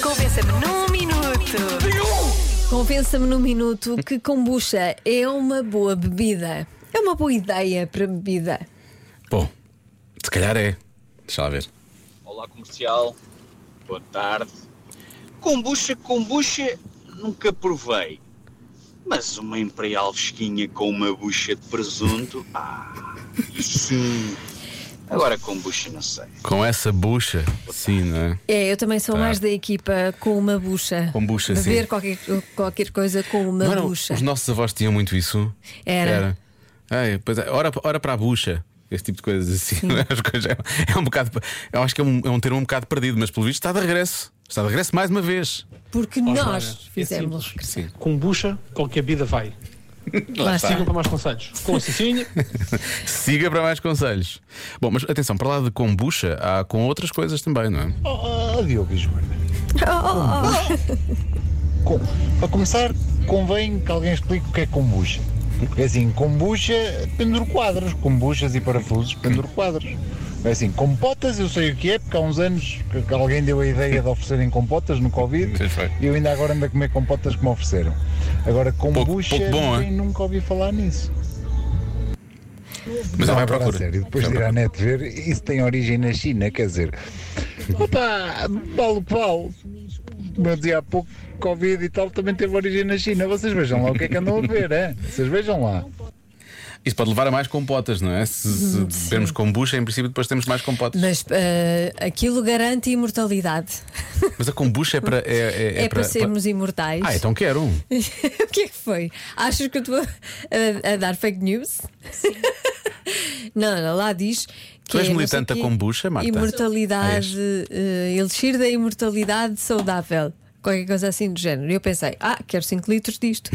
Convença-me num minuto. Convença-me num minuto que kombucha é uma boa bebida. É uma boa ideia para bebida. Bom, se calhar é. Deixa lá ver. Olá comercial, boa tarde. Kombucha, kombucha, nunca provei. Mas uma imperial fresquinha com uma bucha de presunto, ah, isso sim. Agora kombucha não sei. Com essa bucha, sim, não é? É, eu também sou Tá. mais da equipa com uma bucha. Com bucha, sim. Beber qualquer, qualquer coisa com uma Não eram- bucha. os nossos avós tinham muito isso. Era. Ai, pois é, ora, ora para a bucha. Esse tipo de coisas assim. As coisas- é, um bocado. Eu acho que é um, é um termo um bocado perdido, mas pelo visto está de regresso. Está de regresso mais uma vez. Porque Joana, nós é fizemos. simples. Com bucha, qualquer vida vai. Lá está. está. Sigam para mais conselhos. Com assassino, Siga para mais conselhos. Bom, mas atenção, para lá de kombucha, há com outras coisas também, não é? Ah, Diogo e Joana. Oh. Com- Para começar, convém que alguém explique o que é kombucha. É assim, kombucha, penduro quadros, kombuchas e parafusos, penduro quadros. É assim, compotas, eu sei o que é, porque há uns anos que que alguém deu a ideia de oferecerem compotas no Covid Pois foi. e eu ainda agora ando a comer compotas que me ofereceram. Agora, kombucha, pouco bom, ninguém nunca ouvi falar nisso. Mas Não, não vai à agora a procura. Sério, depois Vai de à ir à net ver, isso tem origem na China, quer dizer. Opa, Paulo Paulo, como eu dizia há pouco, Covid e tal também teve origem na China. Vocês vejam lá o que é que andam a ver, é? Vocês vejam lá. Isso pode levar a mais compotas, não é? Se, se bebermos kombucha, em princípio depois temos mais compotas. Mas ah, aquilo garante imortalidade. Mas a kombucha é para. É, é- é É, para, sermos imortais. Ah, então quero. o que é que foi? Achas que eu estou a, a dar fake news? não, não, lá diz que Tu és é, não sei militante da quê, kombucha, Marta? É Imortalidade, eh, elixir da imortalidade saudável. Qualquer coisa assim do género. E eu pensei, ah, quero 5 litros disto.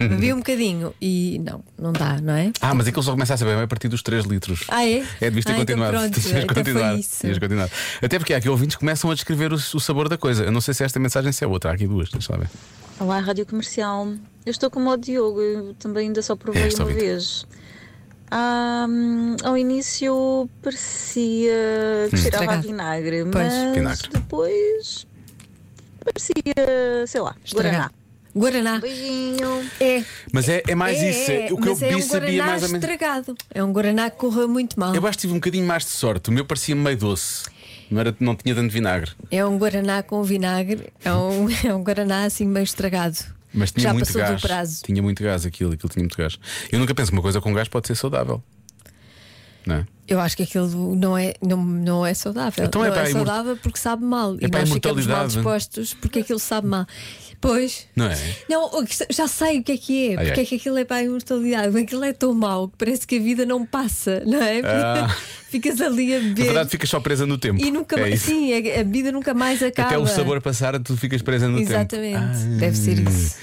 Bebi um bocadinho e não, não dá, não é? Ah, mas aquilo só começa a saber bem a partir dos 3 litros. Ah, é? É, devias ter Ah, então continuado. pronto, Devias então foi continuar. isso. Devias continuar. Até porque há aqui ouvintes que começam a descrever o, o sabor da coisa. Eu não sei se esta mensagem se é outra. Há aqui duas, deixa lá ver. Olá, Rádio Comercial. Eu estou como o Diogo, eu também ainda só provei É, estou uma ouvindo. vez. Ah, hum, ao início parecia que cheirava a Estragado. vinagre, Pois. mas Hum. Vinagre. depois parecia, sei lá, guaraná. Estragado. Guaraná. Beijinho. É, Mas é, é mais é, isso. é, o que eu mas é vi um sabia guaraná mais ou menos. estragado. É um guaraná que correu muito mal. Eu acho que tive um bocadinho mais de sorte. O meu parecia meio doce. Não, era, não tinha tanto vinagre. É um guaraná com vinagre, é um, é um guaraná assim meio estragado. Mas tinha Já muito passou gás. do prazo. Tinha muito gás aquilo, aquilo tinha muito gás. Eu nunca penso que uma coisa com gás pode ser saudável. Não é? Eu acho que aquilo não é, não, não é saudável. Então é não para é a imor- saudável porque sabe mal. É e para a nós ficamos mal imortalidade. dispostos porque aquilo sabe mal. Pois. Não é? Não, o que- já sei o que é que é. Ai, porque ai. é que aquilo é para a imortalidade. Aquilo é tão mau que parece que a vida não passa, não é? Ah. Ficas ali a Na beber. verdade, ficas só presa no tempo. E nunca É mais. isso. Sim, a, a vida nunca mais acaba. Até o sabor passar, tu ficas presa no tempo. Ah. Exatamente. Deve ser isso.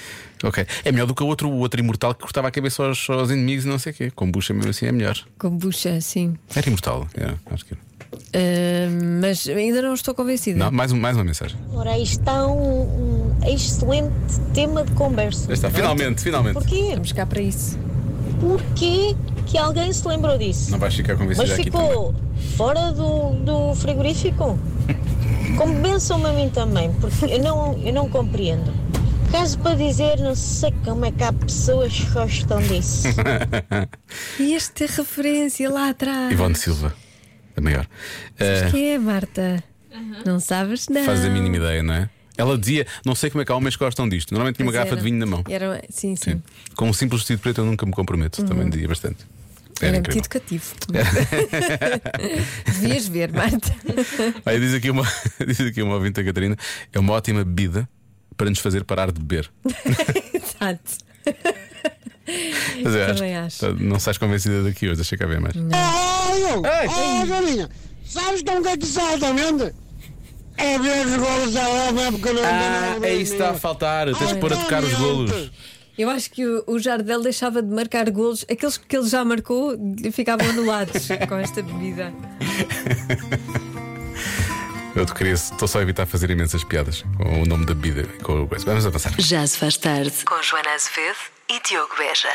Ok. É melhor do que o outro, o outro imortal que cortava a cabeça aos, aos inimigos e não sei o quê. Kombucha mesmo assim é melhor. Kombucha, sim. Era imortal. Era, acho que era. Ah, mas ainda não estou convencida. Não, mais, um- mais uma mensagem. Ora, aí está um, um excelente tema de conversa. Já está. Finalmente, finalmente. Porquê? Estamos cá para isso. Porquê que alguém se lembrou disso? Não vais ficar convencido Mas aqui também. ficou fora do, do frigorífico? Compensam-me a mim também, porque eu não, eu não compreendo. Caso para dizer, não sei como é que há pessoas que gostam disso. E esta referência lá atrás. Ivone Silva, a maior. Sabes que é, Marta? Não sabes, não. Faz a mínima ideia, não é? Ela dizia, não sei como é que há homens que gostam disto. Normalmente tinha uma Mas garrafa era- de vinho na mão. Era, sim, sim. Sim. Com um simples vestido preto eu nunca me comprometo. Também dizia bastante. Uhum. Era, Era, muito incrível. educativo. Devias ver, Marta. Olha, diz aqui uma, diz aqui uma ouvinte, a Catarina, é uma ótima bebida para nos fazer parar de beber. Exato. Mas é, eu Também acho. tá, Não estás convencida daqui hoje, deixa cá ver mais. Ó, Joaninha, sabes então o que é que exatamente? É ver os golos da Europa, época não Ah, é isso que está a faltar. Tens de pôr a tocar os golos. Eu acho que o, o Jardel deixava de marcar golos. Aqueles que ele já marcou ficavam anulados com esta bebida. Eu te queria, estou só a evitar fazer imensas piadas com o nome da bebida. e Com a coisa. Vamos avançar. Já se faz tarde com Joana Azevedo e Diogo Beja.